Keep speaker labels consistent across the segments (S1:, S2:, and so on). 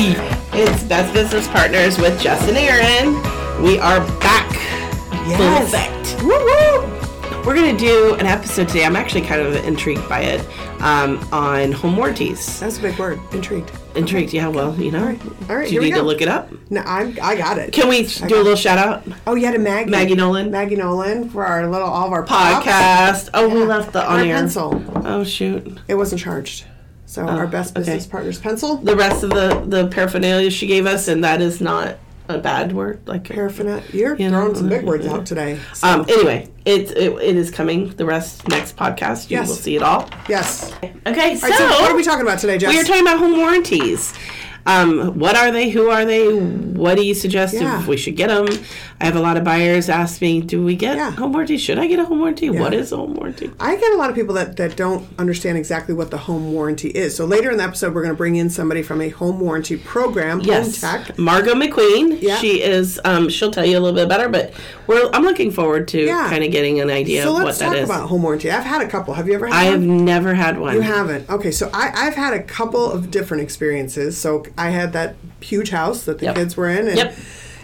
S1: It's Best Business Partners with Justin Aaron. We are back.
S2: Yes.
S1: Perfect. Woo woo. We're gonna do an episode today. I'm actually kind of intrigued by it um, on home warranties.
S2: That's a big word. Intrigued.
S1: Intrigued, yeah. Well, you know,
S2: All right,
S1: do you
S2: here we
S1: need to
S2: go.
S1: look it up?
S2: No, I'm. I got it.
S1: Can we do a little shout out
S2: oh, you had a Maggie.
S1: Maggie Nolan.
S2: Maggie Nolan for our little all of our pop.
S1: podcast? Oh, we
S2: Yeah.
S1: left the
S2: Our
S1: on air.
S2: pencil.
S1: Oh shoot.
S2: It wasn't charged. So our best
S1: Oh, okay.
S2: business partners pencil.
S1: The rest of the the paraphernalia she gave us, and that is not a bad word. Like
S2: Paraphernalia. You're
S1: You know,
S2: throwing some big words
S1: yeah.
S2: out today. So,
S1: Um, anyway, it, it it is coming. The rest next podcast, you
S2: Yes.
S1: will see it all.
S2: yes. All
S1: Okay, so,
S2: right. So, what are we talking about today, Jess?
S1: we are talking about home warranties. Um, what are they? Who are they? What do you suggest
S2: Yeah.
S1: if we should get them? I have a lot of buyers ask me, "Do we get
S2: Yeah.
S1: home warranty? Should I get a home warranty? What is a home warranty?"
S2: I get a lot of people that, that don't understand exactly what the home warranty is. So later in the episode, we're going to bring in somebody from a home warranty program,
S1: Yes,
S2: Home Tech.
S1: Margot McQueen.
S2: Yeah.
S1: She is. Um, she'll tell you a little bit better, but we're, I'm looking forward to
S2: Yeah.
S1: kind of getting an idea
S2: so
S1: of
S2: let's
S1: what that
S2: talk
S1: is.
S2: about home warranty. I've had a couple. Have you ever had
S1: I
S2: one?
S1: have never had one.
S2: You haven't. Okay, so I, I've had a couple of different experiences. So I had that huge house that the
S1: Yep.
S2: kids were in, and
S1: Yep.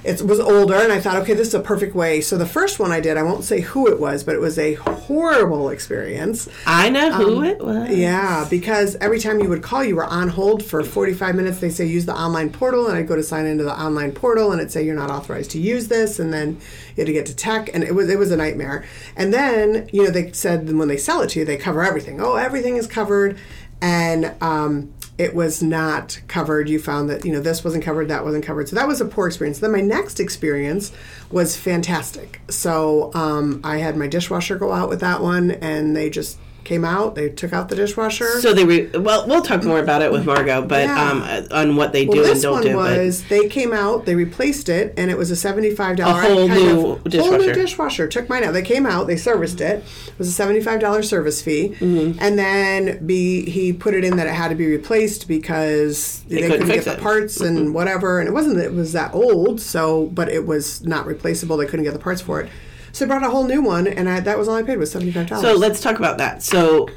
S2: it was older, and I thought, okay, this is a perfect way. So the first one I did, I won't say who it was, but it was a horrible experience.
S1: I know who it was.
S2: Um, Yeah, because every time you would call, you were on hold for 45 minutes. They say use the online portal, and I'd go to sign into the online portal, and it'd say you're not authorized to use this, and then you had to get to tech, and it was it was a nightmare. And then you know they said when they sell it to you, they cover everything. Oh, everything is covered, and um, it was not covered. You found that you know this wasn't covered, that wasn't covered. So that was a poor experience. Then my next experience was fantastic. So um, I had my dishwasher go out with that one, and they just came out. They took out the dishwasher.
S1: So they re- well, we'll talk more about it with Margot, but
S2: Yeah.
S1: um, on what they do
S2: Well,
S1: and
S2: this
S1: don't
S2: one
S1: do.
S2: was they came out, they replaced it, and it was a seventy-five dollar
S1: A whole new
S2: Whole
S1: dishwasher.
S2: new dishwasher. Took mine out. They came out, they serviced it. It was a seventy-five dollar service fee,
S1: Mm-hmm.
S2: and then be he put it in that it had to be replaced because they,
S1: couldn't
S2: couldn't,
S1: fix
S2: get
S1: it. Mm-hmm.
S2: the parts and whatever. And it wasn't that it was that old, so but it was not replaceable. They couldn't get the parts for it. So they brought a whole new one, and I, that was all I paid was seventy-five dollars.
S1: but, so let's talk about that. So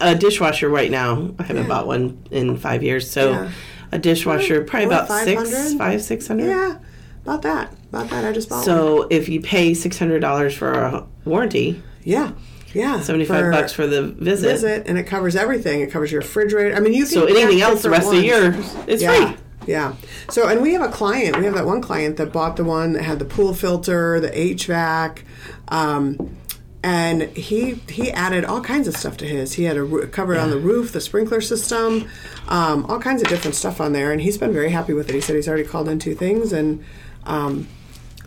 S1: a dishwasher right now, I haven't bought one in five years. So
S2: Yeah.
S1: a dishwasher probably
S2: What,
S1: about six,
S2: 500?
S1: five, six hundred.
S2: yeah, about that, about that. I just bought one.
S1: So if you pay six hundred dollars for a warranty,
S2: Yeah, yeah,
S1: seventy five
S2: for-
S1: bucks for the visit.
S2: visit and it covers everything. It covers your refrigerator. I mean, you can
S1: So
S2: get
S1: anything else the
S2: different
S1: rest of the year,
S2: ones.
S1: it's
S2: yeah.
S1: free.
S2: Yeah. So, and we have a client. We have that one client that bought the one that had the pool filter, the HVAC, um, and he he added all kinds of stuff to his. He had a roo- covered on the roof, the sprinkler system, um, all kinds of different stuff on there, and he's been very happy with it. He said he's already called in two things, and um,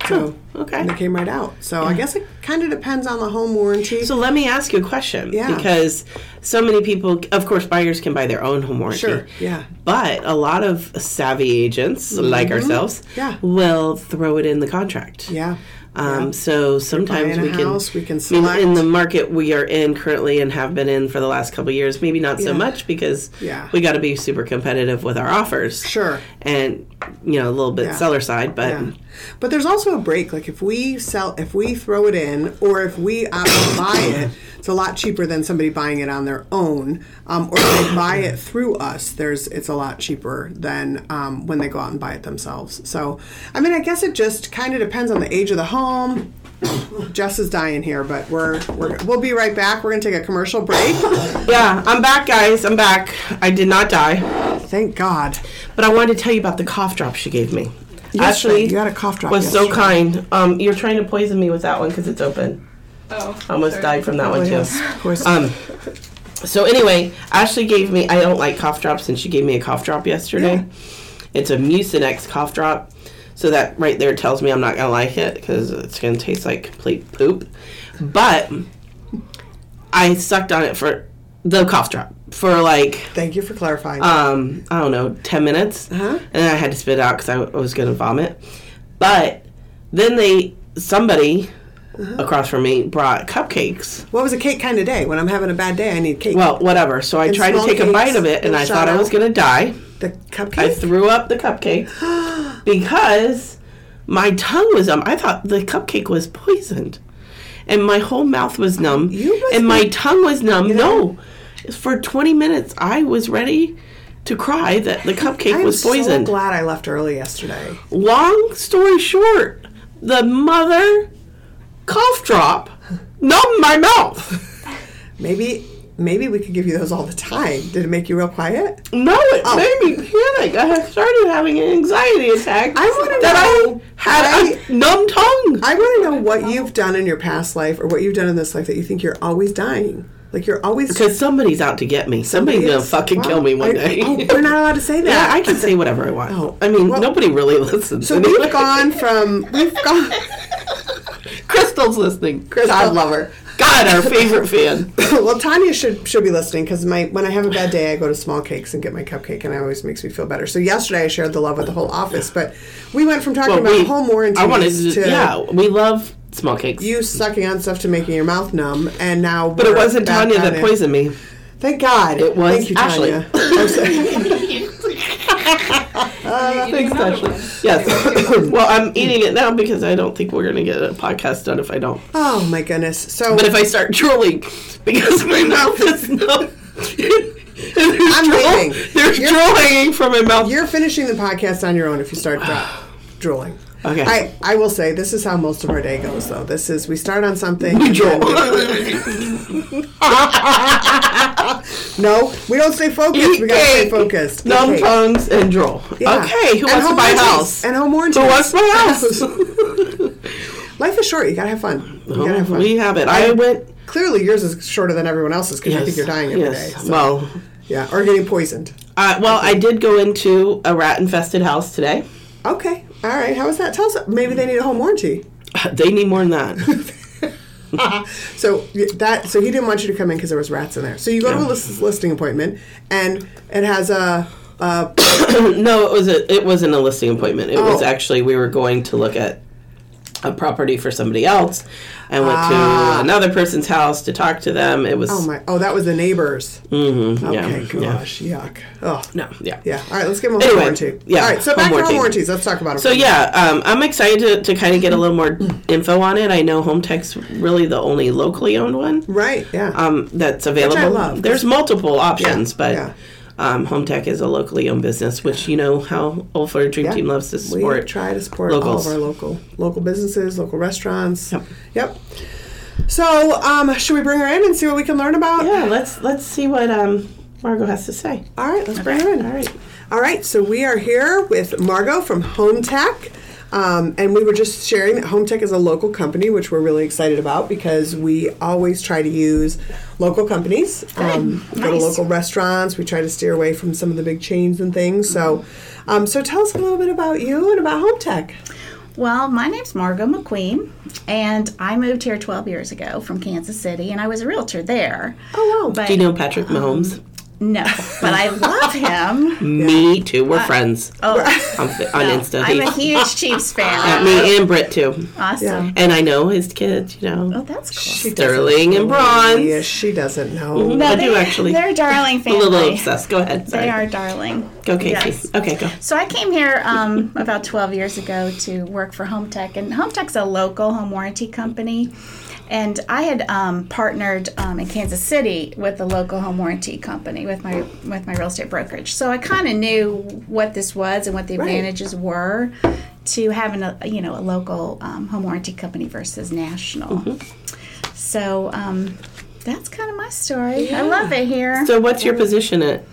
S2: so
S1: Huh, okay.
S2: and they came right out. So I guess it kind of depends on the home warranty.
S1: So let me ask you a question.
S2: Yeah.
S1: Because so many people, of course, buyers can buy their own home warranty.
S2: Sure, yeah. Mm-hmm.
S1: But a lot of savvy agents, like ourselves,
S2: Yeah.
S1: will throw it in the contract.
S2: yeah.
S1: Um, So sometimes
S2: buying a
S1: we can,
S2: house, we
S1: I
S2: can
S1: mean,
S2: select.
S1: in the market we are in currently and have been in for the last couple of years. Maybe not so
S2: Yeah.
S1: much because
S2: Yeah.
S1: we got to be super competitive with our offers.
S2: Sure.
S1: And you know a little bit
S2: Yeah.
S1: seller side, but
S2: Yeah. But there's also a break. Like if we sell, if we throw it in, or if we opt to buy it, it's a lot cheaper than somebody buying it on their own. Um, or if they buy it through us, there's it's a lot cheaper than um, when they go out and buy it themselves. So, I mean, I guess it just kind of depends on the age of the home. Jess is dying here, but we're, we're we'll be right back. We're gonna take a commercial break.
S1: yeah, I'm back, guys. I'm back. I did not die.
S2: Thank God.
S1: But I wanted to tell you about the cough drop she gave me.
S2: Yesterday, you had a cough drop
S1: Was so
S2: yesterday.
S1: kind. Um, you're trying to poison me with that one because it's open. Oh, almost died from that one too.
S2: yes, of course.
S1: Um, so anyway, Ashley gave me. I don't like cough drops, and she gave me a cough drop yesterday. It's a Mucinex cough drop. So that right there tells me I'm not gonna like it because it's gonna taste like complete poop. But I sucked on it for the cough drop for like
S2: Thank you for clarifying.
S1: um, I don't know, 10 minutes.
S2: Uh-huh.
S1: And then I had to spit it out because I w- was going to vomit. But then they, somebody
S2: Uh-huh.
S1: across from me brought cupcakes.
S2: what was a cake kind of day? When I'm having a bad day, I need cake.
S1: Well, whatever. So I
S2: And
S1: tried to
S2: small
S1: take a
S2: cakes,
S1: bite of it and
S2: little
S1: I thought I
S2: shout
S1: was
S2: out.
S1: going to die.
S2: the
S1: I
S2: cupcake.
S1: threw up the cupcake because my tongue was numb. I thought the cupcake was poisoned. And my whole mouth was numb.
S2: You must
S1: and my
S2: be-
S1: tongue was numb. No. For 20 minutes, I was ready to cry that the cupcake
S2: I'm
S1: was
S2: so
S1: poisoned.
S2: glad I left early yesterday.
S1: Long story short, the mother cough drop numbed my mouth.
S2: Maybe maybe we could give you those all the time. Did it make you real quiet?
S1: No, it
S2: Oh.
S1: made me panic. I had started having an anxiety attack.
S2: I wanna
S1: that
S2: know
S1: I had a numb tongue.
S2: I want to know what you've done in your past life or what you've done in this life that you think you're always dying. Like you're always
S1: Because somebody's out to get me. Somebody's gonna
S2: Yes.
S1: fucking
S2: Wow.
S1: kill me one
S2: I-
S1: day.
S2: Oh, we're not allowed to say that.
S1: yeah, I can say whatever I want.
S2: Oh,
S1: I mean,
S2: well-
S1: nobody really listens.
S2: so we've gone from we've gone.
S1: Crystal's listening. Crystal.
S2: God love her.
S1: God, our favorite fan.
S2: well, Tanya should should be listening because my when I have a bad day, I go to small cakes and get my cupcake, and it always makes me feel better. So yesterday, I shared the love with the whole office, but we went from talking
S1: But
S2: about
S1: we-
S2: home warranties
S1: I wanted to,
S2: to
S1: yeah, we love small cakes.
S2: you sucking on stuff to making your mouth numb, and now
S1: but it wasn't Tanya that poisoned me.
S2: Thank God,
S1: It was
S2: Thank you,
S1: Ashley.
S2: Tanya. I'm sorry.
S1: Thanks, Ashley. Yes. well, I'm eating it now because I don't think we're gonna get a podcast done if I don't.
S2: oh my goodness! So
S1: But if I start drooling because my mouth is numb. There's
S2: I'm leaving.
S1: There's
S2: You're-
S1: drool hanging from my mouth.
S2: You're finishing the podcast on your own if you start dro- drooling.
S1: Okay.
S2: I, I will say this is how most of our day goes though. This is we start on something. and
S1: drool.
S2: then- no, we don't stay focused.
S1: Eat
S2: we gotta stay
S1: cake.
S2: focused. Eat
S1: Numb
S2: cake.
S1: tongues and drool.
S2: Yeah.
S1: Okay, who wants
S2: And
S1: to
S2: home
S1: buy a
S2: warranties.
S1: house?
S2: And home warranties.
S1: who wants to buy a house?
S2: Life is short. You gotta have fun. You gotta have fun.
S1: we have it. I went.
S2: Clearly, yours is shorter than everyone else's because I think
S1: Yes,
S2: you're dying every day.
S1: yes.
S2: so-
S1: Well,
S2: yeah, or getting poisoned.
S1: uh, well, I did go into a rat infested house today.
S2: Okay, all right. How is that? Tell us. Maybe they need a home warranty.
S1: They need more than that.
S2: So y- that so he didn't want you to come in because there was rats in there. So you go to a lis- listing appointment and it has a, a
S1: no, it was a, it wasn't a listing appointment. It was
S2: Oh.
S1: actually we were going to look at a property for somebody else, and went
S2: Ah.
S1: to another person's house to talk to them. It was
S2: oh my oh that was the neighbors.
S1: mhm,
S2: Okay,
S1: yeah, yeah.
S2: gosh, yuck. Oh
S1: no, yeah,
S2: Yeah. All right, let's give him a
S1: Anyway,
S2: home warranty.
S1: yeah,
S2: All right. So
S1: home
S2: back to
S1: warranty.
S2: home warranties. Let's talk about them.
S1: So yeah, um, I'm excited to, to kind of get a little more info on it. I know Home Tech's really the only locally owned one.
S2: Right. Yeah.
S1: um, that's available.
S2: love.
S1: There's multiple options,
S2: Yeah,
S1: but
S2: yeah.
S1: Um, Home Tech is a locally owned business, which you know how Old Florida Dream
S2: Yeah.
S1: Team loves to
S2: we
S1: support.
S2: try to support
S1: locals.
S2: all of our local local businesses, local restaurants.
S1: Yep.
S2: Yep. So um, should we bring her in and see what we can learn about?
S1: Yeah, let's let's see what um, Margot has to say.
S2: All right, let's bring her in.
S1: All right.
S2: All right, so we are here with Margot from Home Tech. Um, and we were just sharing that Home Tech is a local company, which we're really excited about because we always try to use local companies. Um, we Go to
S3: Nice.
S2: local restaurants. We try to steer away from some of the big chains and things. So,
S1: Mm-hmm.
S2: um, so tell us a little bit about you and about Home Tech.
S3: Well, my name's Margot McQueen, and I moved here 12 years ago from Kansas City, and I was a realtor there.
S2: Oh, wow.
S3: But
S1: Do you know Patrick
S3: Uh-huh.
S1: Mahomes?
S3: no, but I love him.
S1: Me too. We're friends
S3: Oh,
S1: on, on Insta.
S3: I'm a huge Chiefs
S1: Yeah,
S3: fan.
S1: me and Britt too,
S3: Awesome.
S1: and I know his kids. You know,
S3: Oh, that's cool.
S1: Sterling and Bronze.
S2: Yeah, she doesn't know.
S1: I
S3: they-
S1: do actually.
S3: They're a darling
S1: a
S3: family.
S1: little obsessed. Go ahead. Sorry.
S3: They are darling.
S1: Go, Casey.
S3: Yes.
S1: Okay, go.
S3: So I came here um, about 12 years ago to work for Home Tech, and Home Tech's a local home warranty company. And I had um, partnered um, in Kansas City with a local home warranty company with my with my real estate brokerage. So I kind of knew what this was and what the advantages were to having a you know a local um, home warranty company versus national. So um, that's kind of my story. I love it here.
S1: So, what's your position at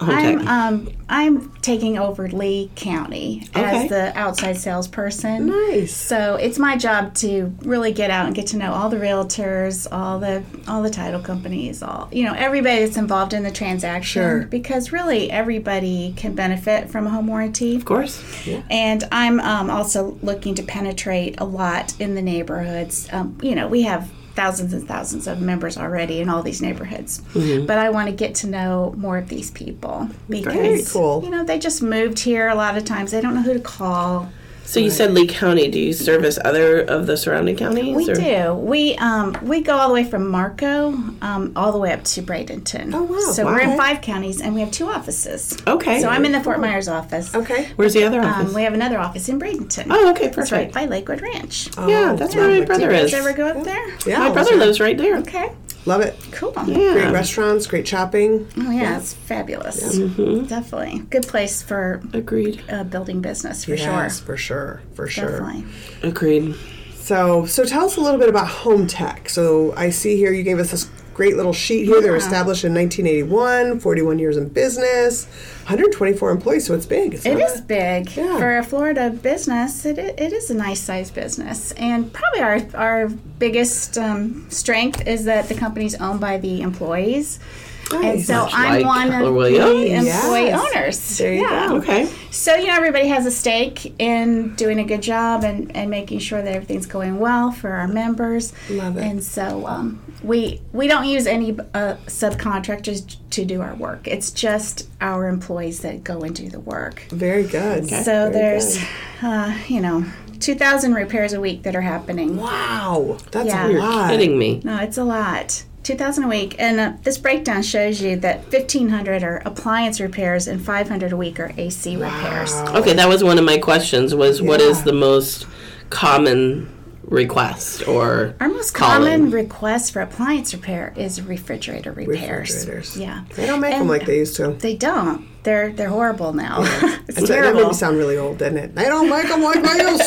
S1: Home Tech?
S3: I'm um, I'm taking over Lee County
S1: Okay.
S3: as the outside salesperson.
S2: Nice.
S3: So it's my job to really get out and get to know all the realtors, all the all the title companies, all you know everybody that's involved in the transaction.
S2: Sure.
S3: Because really everybody can benefit from a home warranty.
S1: of course.
S3: And I'm um, also looking to penetrate a lot in the neighborhoods. Um, you know, we have thousands and thousands of members already in all these neighborhoods, but I want to get to know more of these people because
S2: cool.
S3: you know they just moved here. A lot of times they don't know who to call.
S1: So you said Lee County. Do you service other of the surrounding counties?
S3: We
S1: or-
S3: do. We um, we go all the way from Marco um, all the way up to Bradenton. Oh
S2: wow.
S3: So we're
S1: Wow.
S3: in five counties and we have two offices.
S1: Okay.
S3: So I'm in the Fort Myers office.
S2: Okay.
S1: Where's the other office?
S3: Um, we have another office in Bradenton.
S1: oh, okay, perfect.
S3: That's right by Lakewood Ranch.
S1: Yeah, that's
S2: Oh,
S1: where my
S2: yeah.
S1: brother
S3: Did you
S1: is.
S3: guys ever go Oh, up there?
S2: Yeah.
S1: My brother lives right there.
S3: Okay.
S2: Love it.
S3: Cool.
S2: Great restaurants, great shopping.
S3: Oh yeah, it's fabulous.
S2: Mm-hmm.
S3: Definitely good place for
S1: Agreed.
S3: uh, building business for
S2: Yes,
S3: sure.
S2: for sure, for sure.
S3: Definitely.
S1: Agreed.
S2: So, so tell us a little bit about home tech. So, I see here you gave us this great little sheet here. They were established in 1981, 41 years in business, 124 employees. So it's big. It's
S3: It
S2: not
S3: is
S2: a-
S3: big
S2: Yeah.
S3: for a Florida business. It, i- it is a nice sized business, and probably our our biggest um, strength is that the company's owned by the employees. And
S2: Nice.
S3: so
S1: Much
S3: I'm
S1: like
S3: one
S1: Keller
S3: of
S1: Williams.
S3: the employee
S2: Yes.
S3: owners.
S2: There you
S3: yeah.
S2: go.
S1: Okay.
S3: So you know everybody has a stake in doing a good job and, and making sure that everything's going well for our members.
S2: Love it.
S3: And so um, we we don't use any uh, subcontractors to do our work. It's just our employees that go and do the work.
S2: Very good.
S3: So
S2: Very
S3: there's,
S2: good.
S3: uh, you know, 2,000 repairs a week that are happening.
S2: Wow, that's
S3: Yeah.
S2: a
S3: You're
S2: lot.
S1: Kidding me.
S3: No, it's a lot. 2,000 a week. And uh, this breakdown shows you that 1,500 are appliance repairs and 500 a week are AC repairs.
S1: Okay, that was one of my questions. Was what
S2: Yeah.
S1: is the most common request or
S3: Our most
S1: calling?
S3: common request for appliance repair is refrigerator repairs.
S2: Refrigerators.
S3: Yeah.
S2: They don't make them
S3: And
S2: like they used to.
S3: They don't. They're they're horrible now. it's
S2: That's- That made
S3: terrible.
S2: me sound really old, didn't it? They don't make them like they used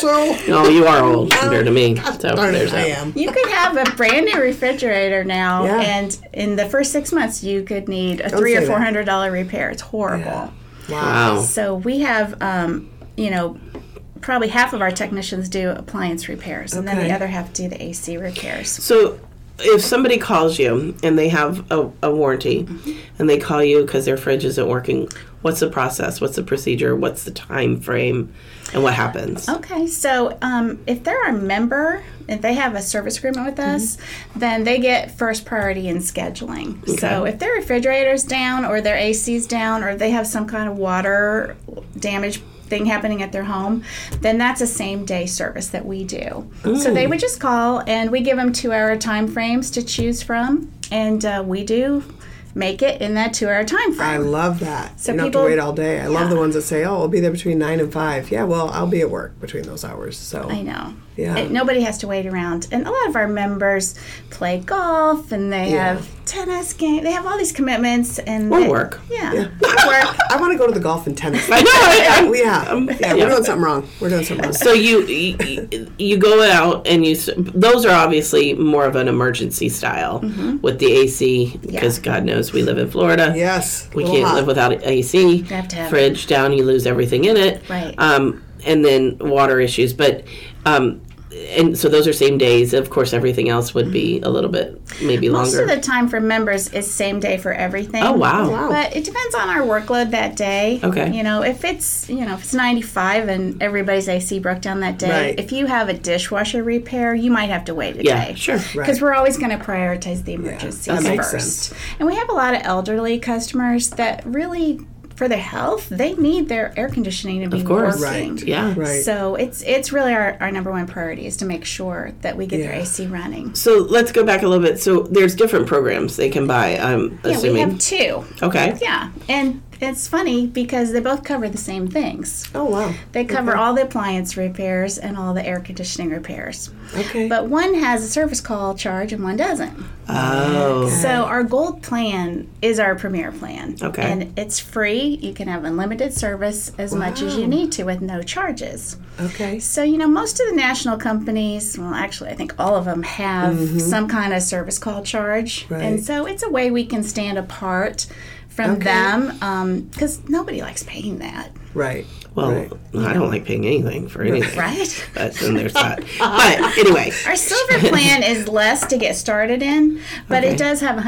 S2: to.
S1: No, you are old compared to me. So
S2: Darn
S1: there's
S2: it, I
S1: that.
S2: am.
S3: You could have a brand new refrigerator now,
S2: Yeah.
S3: and in the first six months, you could need a three
S2: say
S3: or
S2: that.
S3: four hundred dollar repair. It's horrible.
S1: Wow.
S3: So we have, um, you know, probably half of our technicians do appliance repairs, and then
S2: Okay.
S3: the other half do the AC repairs.
S1: So if somebody calls you and they have a, a warranty and they call you because their fridge isn't working, what's the process? What's the procedure? What's the time frame? And what happens?
S3: Okay, so um, if they're a member, if they have a service agreement with us, then they get first priority in scheduling. So if their refrigerator's down, or their AC's down, or they have some kind of water damage thing happening at their home, then that's a same day service that we do. So they would just call, and we give them two hour time frames to choose from, and uh, we do make it in that two hour time frame.
S2: I love that.
S3: So
S2: you don't
S3: people-
S2: have to wait all day. I love the ones that say, "Oh, I'll be there between nine and 5. Yeah, well, I'll be at work between those hours. So
S3: I know.
S2: Yeah.
S3: It- nobody has to wait around. And a lot of our members play golf and they
S2: Yeah.
S3: have tennis game. They have all these commitments and
S1: Or
S3: they-
S1: work.
S3: Yeah.
S2: Yeah.
S3: Work.
S2: I want to go to the golf and tennis.
S1: I know. I, I,
S2: We have.
S1: Um,
S2: yeah,
S1: yeah.
S2: we're doing something wrong. We're doing something wrong.
S1: So you, you you go out and you. s- Those are obviously more of an emergency style
S3: Mm-hmm.
S1: with the AC because God knows we live in Florida.
S2: Yes.
S1: we
S2: a little
S1: can't
S2: hot.
S1: live without AC.
S3: have to have it.
S1: Fridge down, you lose everything in it.
S3: Right.
S1: Um, and then water issues, but. Um, and so those are same days. Of course, everything else would be a little bit maybe
S3: Mm-hmm. Most
S1: longer.
S3: of the time for members is same day for everything.
S1: oh wow.
S2: Wow.
S3: But it depends on our workload that day.
S1: Okay.
S3: You know, if it's you know if it's 95 and everybody's AC broke down that day,
S2: Right.
S3: if you have a dishwasher repair, you might have to wait a
S1: Yeah,
S3: day.
S1: sure.
S3: Because we're always going to prioritize the emergencies
S2: that makes
S3: first. And we have a lot of elderly customers that really, for their health, they need their air conditioning to be
S1: Of course.
S3: working.
S2: Right.
S1: Yeah.
S2: Right.
S3: So it's it's really our, our number one priority is to make sure that we get their
S2: Yeah.
S3: AC running.
S1: So let's go back a little bit. So there's different programs they can buy. I'm
S3: Yeah, we
S1: assuming.
S3: have two.
S1: okay.
S3: Yeah, and it's funny because they both cover the same things.
S2: Oh wow.
S3: They cover all the appliance repairs and all the air conditioning repairs.
S2: Okay.
S3: But one has a service call charge and one doesn't.
S1: Oh.
S3: So our gold plan is our premier plan.
S1: Okay.
S3: And it's free. You can have unlimited service as much as you need to with no charges.
S2: okay.
S3: So, you know, most of the national companies, well, actually, I think all of them have
S1: Mm-hmm.
S3: some kind of service call charge.
S2: Right.
S3: And so it's a way we can stand apart from them because nobody likes paying that,
S2: Right.
S1: Well,
S2: Right.
S1: I don't like paying anything for anything.
S3: right?
S1: But then there's that. But anyway,
S3: Our silver plan is less to get started in, but
S1: Okay. Oh,
S3: it does have a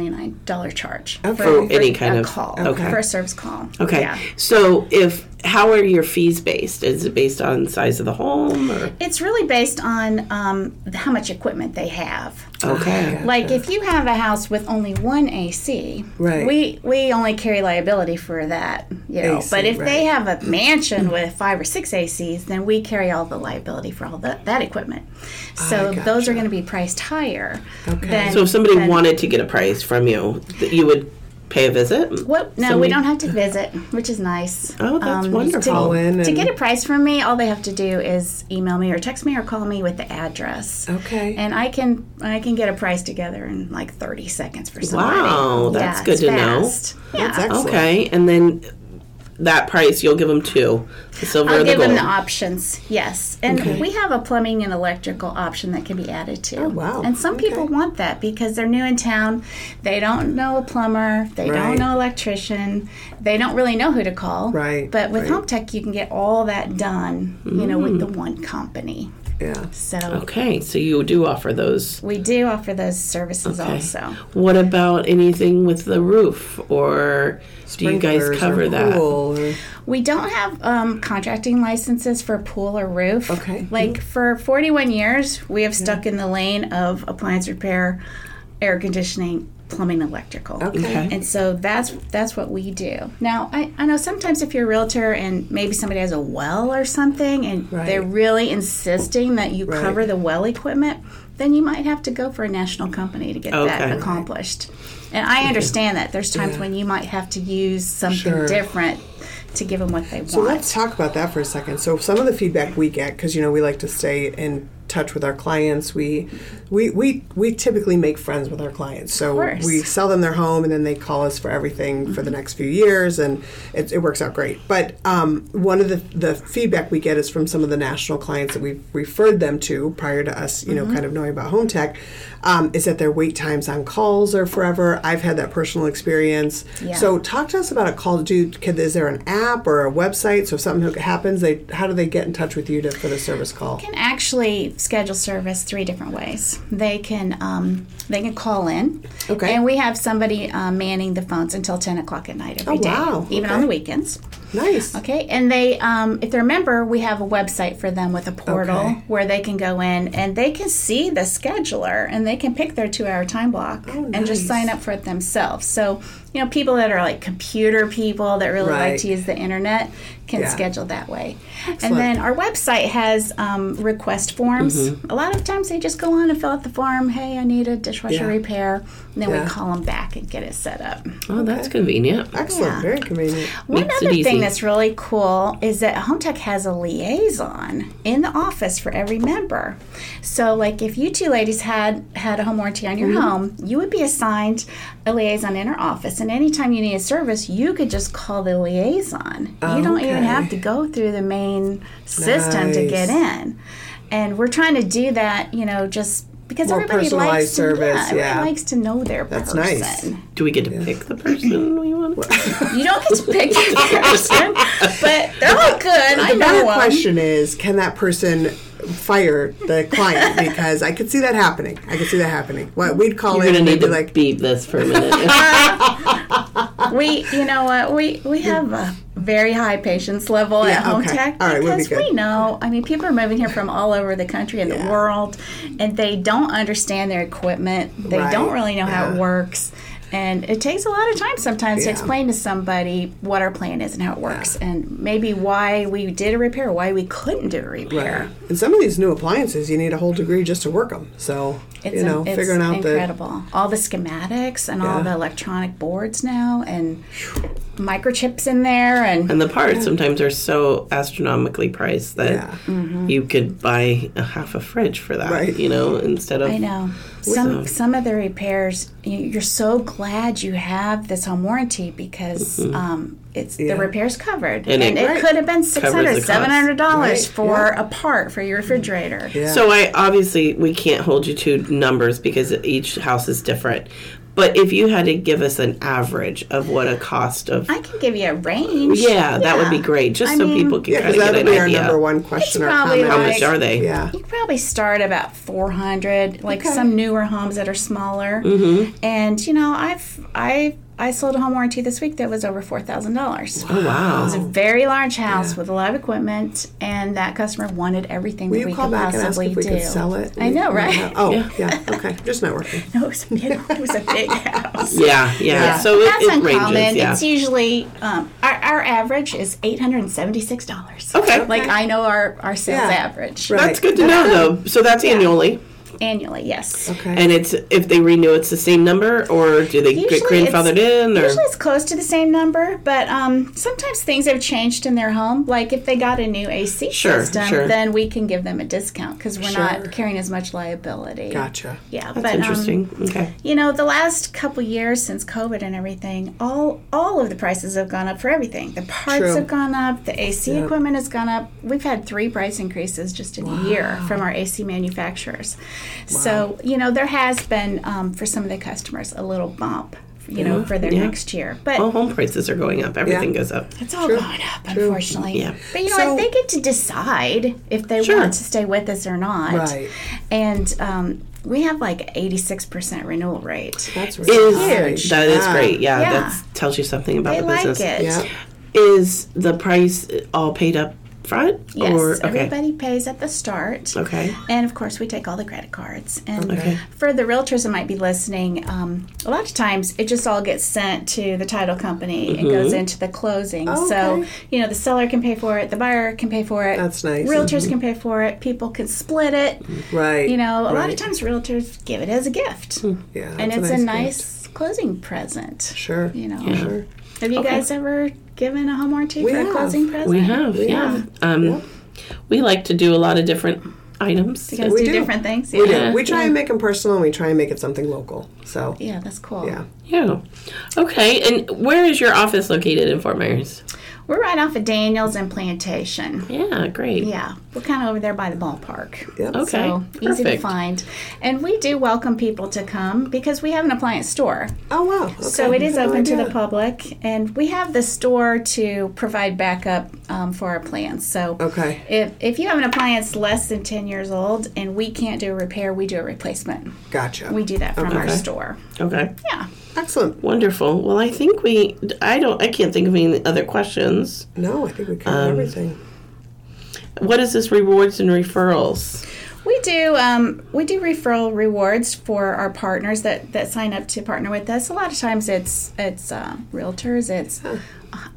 S3: $129 charge
S2: For
S1: any kind
S3: a
S1: of-
S3: call,
S1: okay.
S3: for a service call.
S1: okay.
S3: Yeah.
S1: So if how are your fees based? Is it based on size of the home or
S3: It's really based on um, how much equipment they have.
S1: okay?
S2: Uh,
S3: Like if you have a house with only one AC,
S2: Right.
S3: we we only carry liability for that, you know.
S2: AC,
S3: but if
S2: right.
S3: they have a mansion with five or six ACs, then we carry all the liability for all the, that equipment. So those are going to be priced higher. Okay. Than,
S1: So if somebody
S3: than-
S1: wanted to get a price from you, that you would pay a visit?
S3: What? No, we
S1: Somebody-
S3: don't have to visit, which is nice.
S1: Oh, that's
S3: Um,
S1: wonderful.
S2: Call in
S3: To
S2: and-
S3: get a price from me, all they have to do is email me or text me or call me with the address.
S2: Okay.
S3: And I can I can get a price together in like 30 seconds for somebody.
S1: Wow, that's
S3: yeah,
S1: good
S3: it's
S1: to know.
S3: fast. know. Yeah.
S2: That's excellent.
S1: Okay, and then that price you'll give them two, the silver
S3: I'll
S1: and the
S3: give
S1: gold.
S3: them the options. Yes, and we have a plumbing and electrical option that can be added to. Oh
S2: wow.
S3: And some people
S2: Okay.
S3: want that because they're new in town. They don't know a plumber. They
S2: Right.
S3: don't know electrician. They don't really know who to call.
S2: Right,
S3: But with
S2: right.
S3: Home Tech, you can get all that done. You know, with the one company.
S2: Yeah.
S3: So
S1: okay, so you do offer those.
S3: we do offer those services
S1: Okay.
S3: also.
S1: What about anything with the roof, or do you guys
S2: Sprinklers or
S1: cover that?
S2: pool or-
S3: We don't have um, contracting licenses for pool or roof.
S2: Okay.
S3: Like for 41 years, we have stuck in the lane of appliance repair, air conditioning, plumbing, electrical.
S2: Okay.
S3: And so that's that's what we do. Now I, I know sometimes if you're a realtor and maybe somebody has a well or something and
S2: Right.
S3: they're really insisting that you
S2: Right.
S3: cover the well equipment, then you might have to go for a national company to get
S1: Okay.
S3: that accomplished. And I understand that there's times
S2: Yeah.
S3: when you might have to use something
S2: Sure.
S3: different to give them what they want.
S2: So let's talk about that for a second. So some of the feedback we get, because you know we like to stay in touch with our clients. We we we, we typically make friends with our clients. So
S3: course.
S2: we sell them their home, and then they call us for everything for the next few years, and it, it works out great. But um, one of the the feedback we get is from some of the national clients that we've referred them to prior to us, you know, kind of knowing about home tech, um, is that their wait times on calls are forever. I've had that personal experience.
S3: Yeah.
S2: So talk to us about a call to do. Can, is there an app or a website? So if something happens, they how do they get in touch with you to, for the service call?
S3: can actually schedule service three different ways. They can um, they can call in.
S2: Okay.
S3: And we have somebody uh, manning the phones until ten o'clock at night every
S2: Oh,
S3: day,
S2: wow.
S3: even on
S2: Okay.
S3: the weekends.
S2: Nice.
S3: Okay. And they um, if they're a member, we have a website for them with a portal
S2: Okay.
S3: where they can go in and they can see the scheduler and they can pick their two hour time block and just
S2: Oh, nice.
S3: sign up for it themselves. So you know people that are like computer people that really
S2: Right.
S3: like to use the internet can
S2: Yeah.
S3: schedule that way. And then our website has um, request forms.
S2: Mm-hmm.
S3: A lot of times they just go on and fill out the form. Hey, I need a dishwasher
S2: Yeah.
S3: repair. And then
S2: Yeah.
S3: we call them back and get it set up.
S1: Oh, that's convenient.
S2: Excellent.
S3: Yeah.
S2: Very convenient.
S3: One
S1: Makes it
S3: other
S1: easy.
S3: thing that's really cool is that Home Tech has a liaison in the office for every member. So, like if you two ladies had had a home warranty on your
S2: Mm-hmm.
S3: home, you would be assigned a liaison in our office. And anytime you need a service, you could just call the liaison. You don't even
S2: Okay.
S3: have to go through the main system to get in. And we're trying to do that, you know, just because
S2: More
S3: everybody likes
S2: personalized
S3: to,
S2: service,
S3: yeah, everybody
S2: yeah.
S3: likes to know their
S2: That's
S3: person.
S2: nice.
S1: Do we get to pick the person we want?
S3: You don't get to pick your person, but they're all good. I
S2: The better
S3: know them.
S2: question is, can that person fire the client? because I could see that happening. I could see that happening. What we'd call
S1: We're
S2: in
S1: gonna
S2: and
S1: need
S2: they'd be
S1: to
S2: like,
S1: beep this for a minute.
S3: We, you know what? We we have a very high patience level
S2: Yeah,
S3: at Home
S2: okay.
S3: Tech
S2: All right, we'll be
S3: because we
S2: good.
S3: know. I mean, people are moving here from all over the country and
S2: Yeah.
S3: the world, and they don't understand their equipment. They
S2: Right,
S3: don't really know how
S2: yeah.
S3: it works. And it takes a lot of time sometimes to
S2: Yeah.
S3: explain to somebody what our plan is and how it works, and maybe why we did a repair, why we couldn't do a repair.
S2: Right. And some of these new appliances, you need a whole degree just to work them. So you know,
S3: it's
S2: figuring out the
S3: incredible. all the schematics and all
S2: Yeah.
S3: the electronic boards now, and microchips in there, and,
S1: And the parts sometimes are so astronomically priced that
S2: Yeah.
S3: Mm-hmm.
S1: you could buy a half a fridge for that,
S2: Right.
S1: you know, instead of
S3: I know some some of the repairs. You, you're so glad you have this home warranty because um, it's
S2: Mm-hmm. Yeah.
S3: the repairs covered,
S1: And it-
S3: and, it
S1: Right.
S3: could have been six
S1: Covers the
S3: hundred,
S1: cost.
S3: seven hundred dollars
S2: Right,
S3: for
S2: yeah.
S3: a part for your refrigerator.
S2: Yeah.
S1: So I obviously we can't hold you to numbers because each house is different. But if you had to give us an average of what a cost of
S3: I can give you a range.
S1: yeah, that would be
S3: Yeah.
S1: great, just
S3: I
S1: so
S3: mean-
S1: people can
S2: yeah,
S1: kind
S2: because
S1: of get
S2: that'll
S1: an
S2: be our
S1: idea.
S2: number one question or
S3: probably
S2: comment.
S1: How
S3: like-
S1: much are they?
S2: yeah.
S3: You could probably start about 400, like
S2: Okay.
S3: some newer homes that are smaller. Mm-hmm. And you know, I've I I sold a home warranty this week that was over four thousand dollars.
S1: Oh, wow.
S3: Very large house with a lot of equipment, and that customer wanted everything
S2: Will
S3: that
S2: you
S3: we
S2: call
S3: could
S2: back and ask
S3: possibly
S2: if we
S3: do.
S2: could sell it?
S3: I know, right?
S2: Oh, yeah. Okay. Just networking.
S3: No, it was a big, it was a big house.
S1: Yeah, yeah. So it,
S3: that's
S1: it
S3: uncommon.
S1: ranges. Yeah.
S3: It's usually um, our, our average is eight hundred and seventy six dollars.
S1: Okay.
S3: like I know our our sales
S2: Yeah.
S3: average.
S2: Right.
S1: that's good to know, though. So that's annually.
S3: Annually, yes.
S2: Okay.
S1: And it's if they renew, it's the same number, or do they
S3: Usually
S1: get grandfathered
S3: it's-
S1: in? Or
S3: Usually it's close to the same number, but um, sometimes things have changed in their home. Like if they got a new AC
S1: Sure,
S3: system,
S1: sure.
S3: then we can give them a discount because we're
S2: Sure.
S3: not carrying as much liability.
S2: Gotcha.
S3: Yeah,
S1: that's
S3: but um,
S1: interesting. okay.
S3: you know, the last couple years since COVID and everything, all all of the prices have gone up for everything. The parts
S2: True.
S3: have gone up, the AC
S2: Yeah.
S3: equipment has gone up. We've had three price increases just in a year from our AC manufacturers. So you know, there has been um, for some of the customers a little bump, you know, for their
S1: yeah. Oh,
S3: next year, but.
S1: Well, home prices are going up. Everything
S2: Yeah.
S1: goes up.
S3: It's all going up, unfortunately.
S1: Yeah.
S3: But you know
S2: So-
S3: what? They get to decide if they
S1: Sure.
S3: want to stay with us or not.
S2: Right.
S3: And um, we have like 86% renewal rate.
S2: That's
S1: Is
S2: huge.
S1: that is
S2: Yeah.
S1: great? Yeah,
S3: Uh, Yeah.
S1: that tells you something about
S3: They
S1: the
S3: like
S1: business.
S3: it.
S2: Yeah.
S1: Is the price all paid up front?
S3: Yes,
S1: Or okay.
S3: everybody pays at the start.
S1: Okay.
S3: And of course, we take all the credit cards. And
S1: Okay.
S3: for the realtors that might be listening, um, a lot of times it just all gets sent to the title company
S1: Mm-hmm.
S3: and goes into the closing. So,
S2: Oh, Okay.
S3: you know, the seller can pay for it, the buyer can pay for it.
S2: That's nice. Mm-hmm.
S3: Realtors can pay for it, people can split it.
S2: Right.
S3: You know, a lot
S2: right.
S3: of times realtors give it as a gift.
S1: Hmm.
S2: Yeah.
S3: and
S2: that's
S3: it's a nice,
S2: gift.
S3: closing present.
S2: Sure.
S3: You know,
S2: Sure.
S3: have you guys ever given a home warranty for
S2: have.
S3: a closing present?
S1: We have, yeah. Um, We like to do a lot of different items.
S3: You guys
S2: We do.
S3: do, different things.
S2: We, do.
S1: Yeah.
S2: we try and make them personal and we try and make it something local. So,
S3: Yeah, that's cool.
S2: yeah.
S1: Yeah. Okay. And where is your office located in Fort Myers?
S3: We're right off of Daniels and Plantation.
S1: Yeah. Great.
S3: Yeah, we're kind of over there by the ballpark.
S2: Yep.
S1: Okay.
S3: So easy to
S1: perfect.
S3: find. And we do welcome people to come because we have an appliance store.
S2: Oh, wow. Okay.
S3: So it is
S2: Had no
S3: open to the
S2: idea.
S3: public. And we have the store to provide backup um, for our plans. So
S2: Okay.
S3: if, if you have an appliance less than 10 years old and we can't do a repair, we do a replacement.
S2: Gotcha.
S3: We do that from our
S1: Okay.
S3: store.
S1: Okay.
S3: Yeah.
S2: Excellent.
S1: Wonderful. Well, I think we. I don't. I can't think of any other questions.
S2: No, I think we
S3: Um,
S2: covered everything.
S1: What is this rewards and referrals?
S3: We do um, we do referral rewards for our partners that, that sign up to partner with us. A lot of times it's it's uh, realtors, it's uh,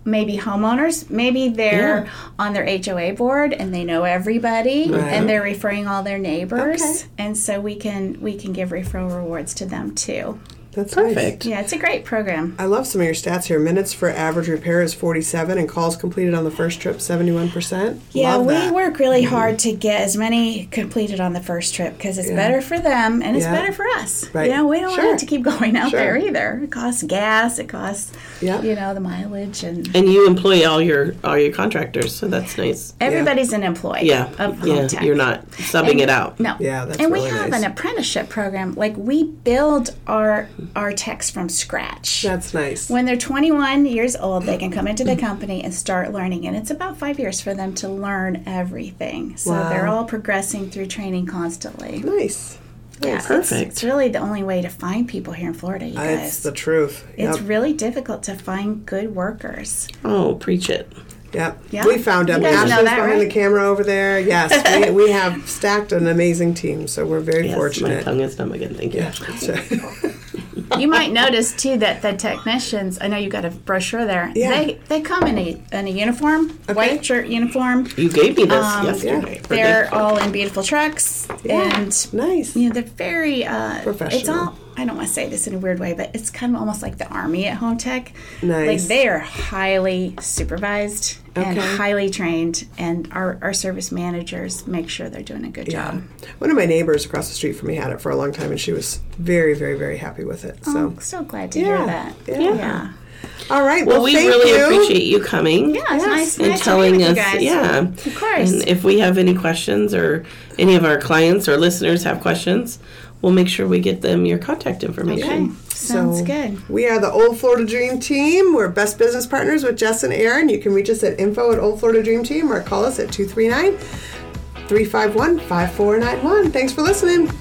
S3: maybe homeowners, maybe they're
S1: Yeah.
S3: on their HOA board and they know everybody
S2: Right.
S3: and they're referring all their neighbors,
S2: Okay.
S3: and so we can we can give referral rewards to them too.
S2: That's Nice.
S1: Perfect.
S3: Yeah, it's a great program.
S2: I love some of your stats here. Minutes for average repair is 47, and calls completed on the first trip 71%.
S3: Yeah,
S2: love
S3: we
S2: that. Mm-hmm.
S3: work really hard to get as many completed on the first trip because it's better for them and it's
S2: Yeah.
S3: better for us.
S2: Right.
S3: You know, we don't
S2: Sure.
S3: want to keep going out
S2: Sure.
S3: there either. It costs gas, it costs,
S2: Yep.
S3: you know, the mileage, and
S1: And you employ all your all your contractors, so that's nice.
S3: everybody's an employee
S1: Yeah.
S3: of Home
S1: yeah.
S3: Tech.
S1: You're not subbing it out.
S3: No.
S2: Yeah, that's
S3: And we
S2: really
S3: have
S2: nice.
S3: an apprenticeship program. Like we build our our techs from scratch.
S2: That's nice.
S3: When they're 21 years old, they can come into the company and start learning. And it's about five years for them to learn everything. So
S2: Wow.
S3: they're all progressing through training constantly.
S2: nice. Oh,
S3: Yeah, it's-
S1: perfect.
S3: It's really the only way to find people here in Florida, you
S2: That's
S3: guys.
S2: the truth. Yep.
S3: It's really difficult to find good workers.
S1: Oh, preach it.
S2: Yep.
S3: Yeah.
S2: We found him.
S3: You guys know
S2: Ashley's
S3: that,
S2: behind
S3: right?
S2: the camera over there. Yes, we, we have stacked an amazing team, so we're very
S1: Yes, my
S2: fortunate.
S1: tongue is numb again. Thank you.
S2: Yeah. So-
S3: You might notice too that the technicians, I know you got a brochure there.
S2: Yeah.
S3: They they come in a in a uniform, white shirt uniform.
S1: You gave me this
S3: Um,
S1: yesterday. for
S3: They're
S1: gift.
S3: all in beautiful trucks and
S2: nice.
S3: you know they're very uh, It's
S2: Professional.
S3: all I don't want to say this in a weird way, but it's kind of almost like the army at Home Tech.
S2: Nice.
S3: Like they are highly supervised and
S2: Okay.
S3: highly trained, and our, our service managers make sure they're doing a good job.
S2: One of my neighbors across the street from me had it for a long time, and she was very, very, very happy with it. So,
S3: I'm so glad to
S2: Oh. Yeah,
S3: hear that.
S2: yeah.
S3: yeah. Oh.
S2: all right. Well,
S1: Well, we
S2: thank
S1: really
S2: you.
S1: appreciate you coming.
S3: Yeah, it's nice,
S1: and
S3: nice talking
S1: telling
S3: with you
S1: us,
S3: guys.
S1: yeah.
S3: Of course.
S1: And if we have any questions or any of our clients or listeners have questions, we'll make sure we get them your contact information.
S3: Okay. Sounds
S2: So,
S3: good.
S2: We are the Old Florida Dream Team. We're best business partners with Jess and Aaron. You can reach us at info at Old Florida Dream Team or call us at 239 351 5491. Thanks for listening.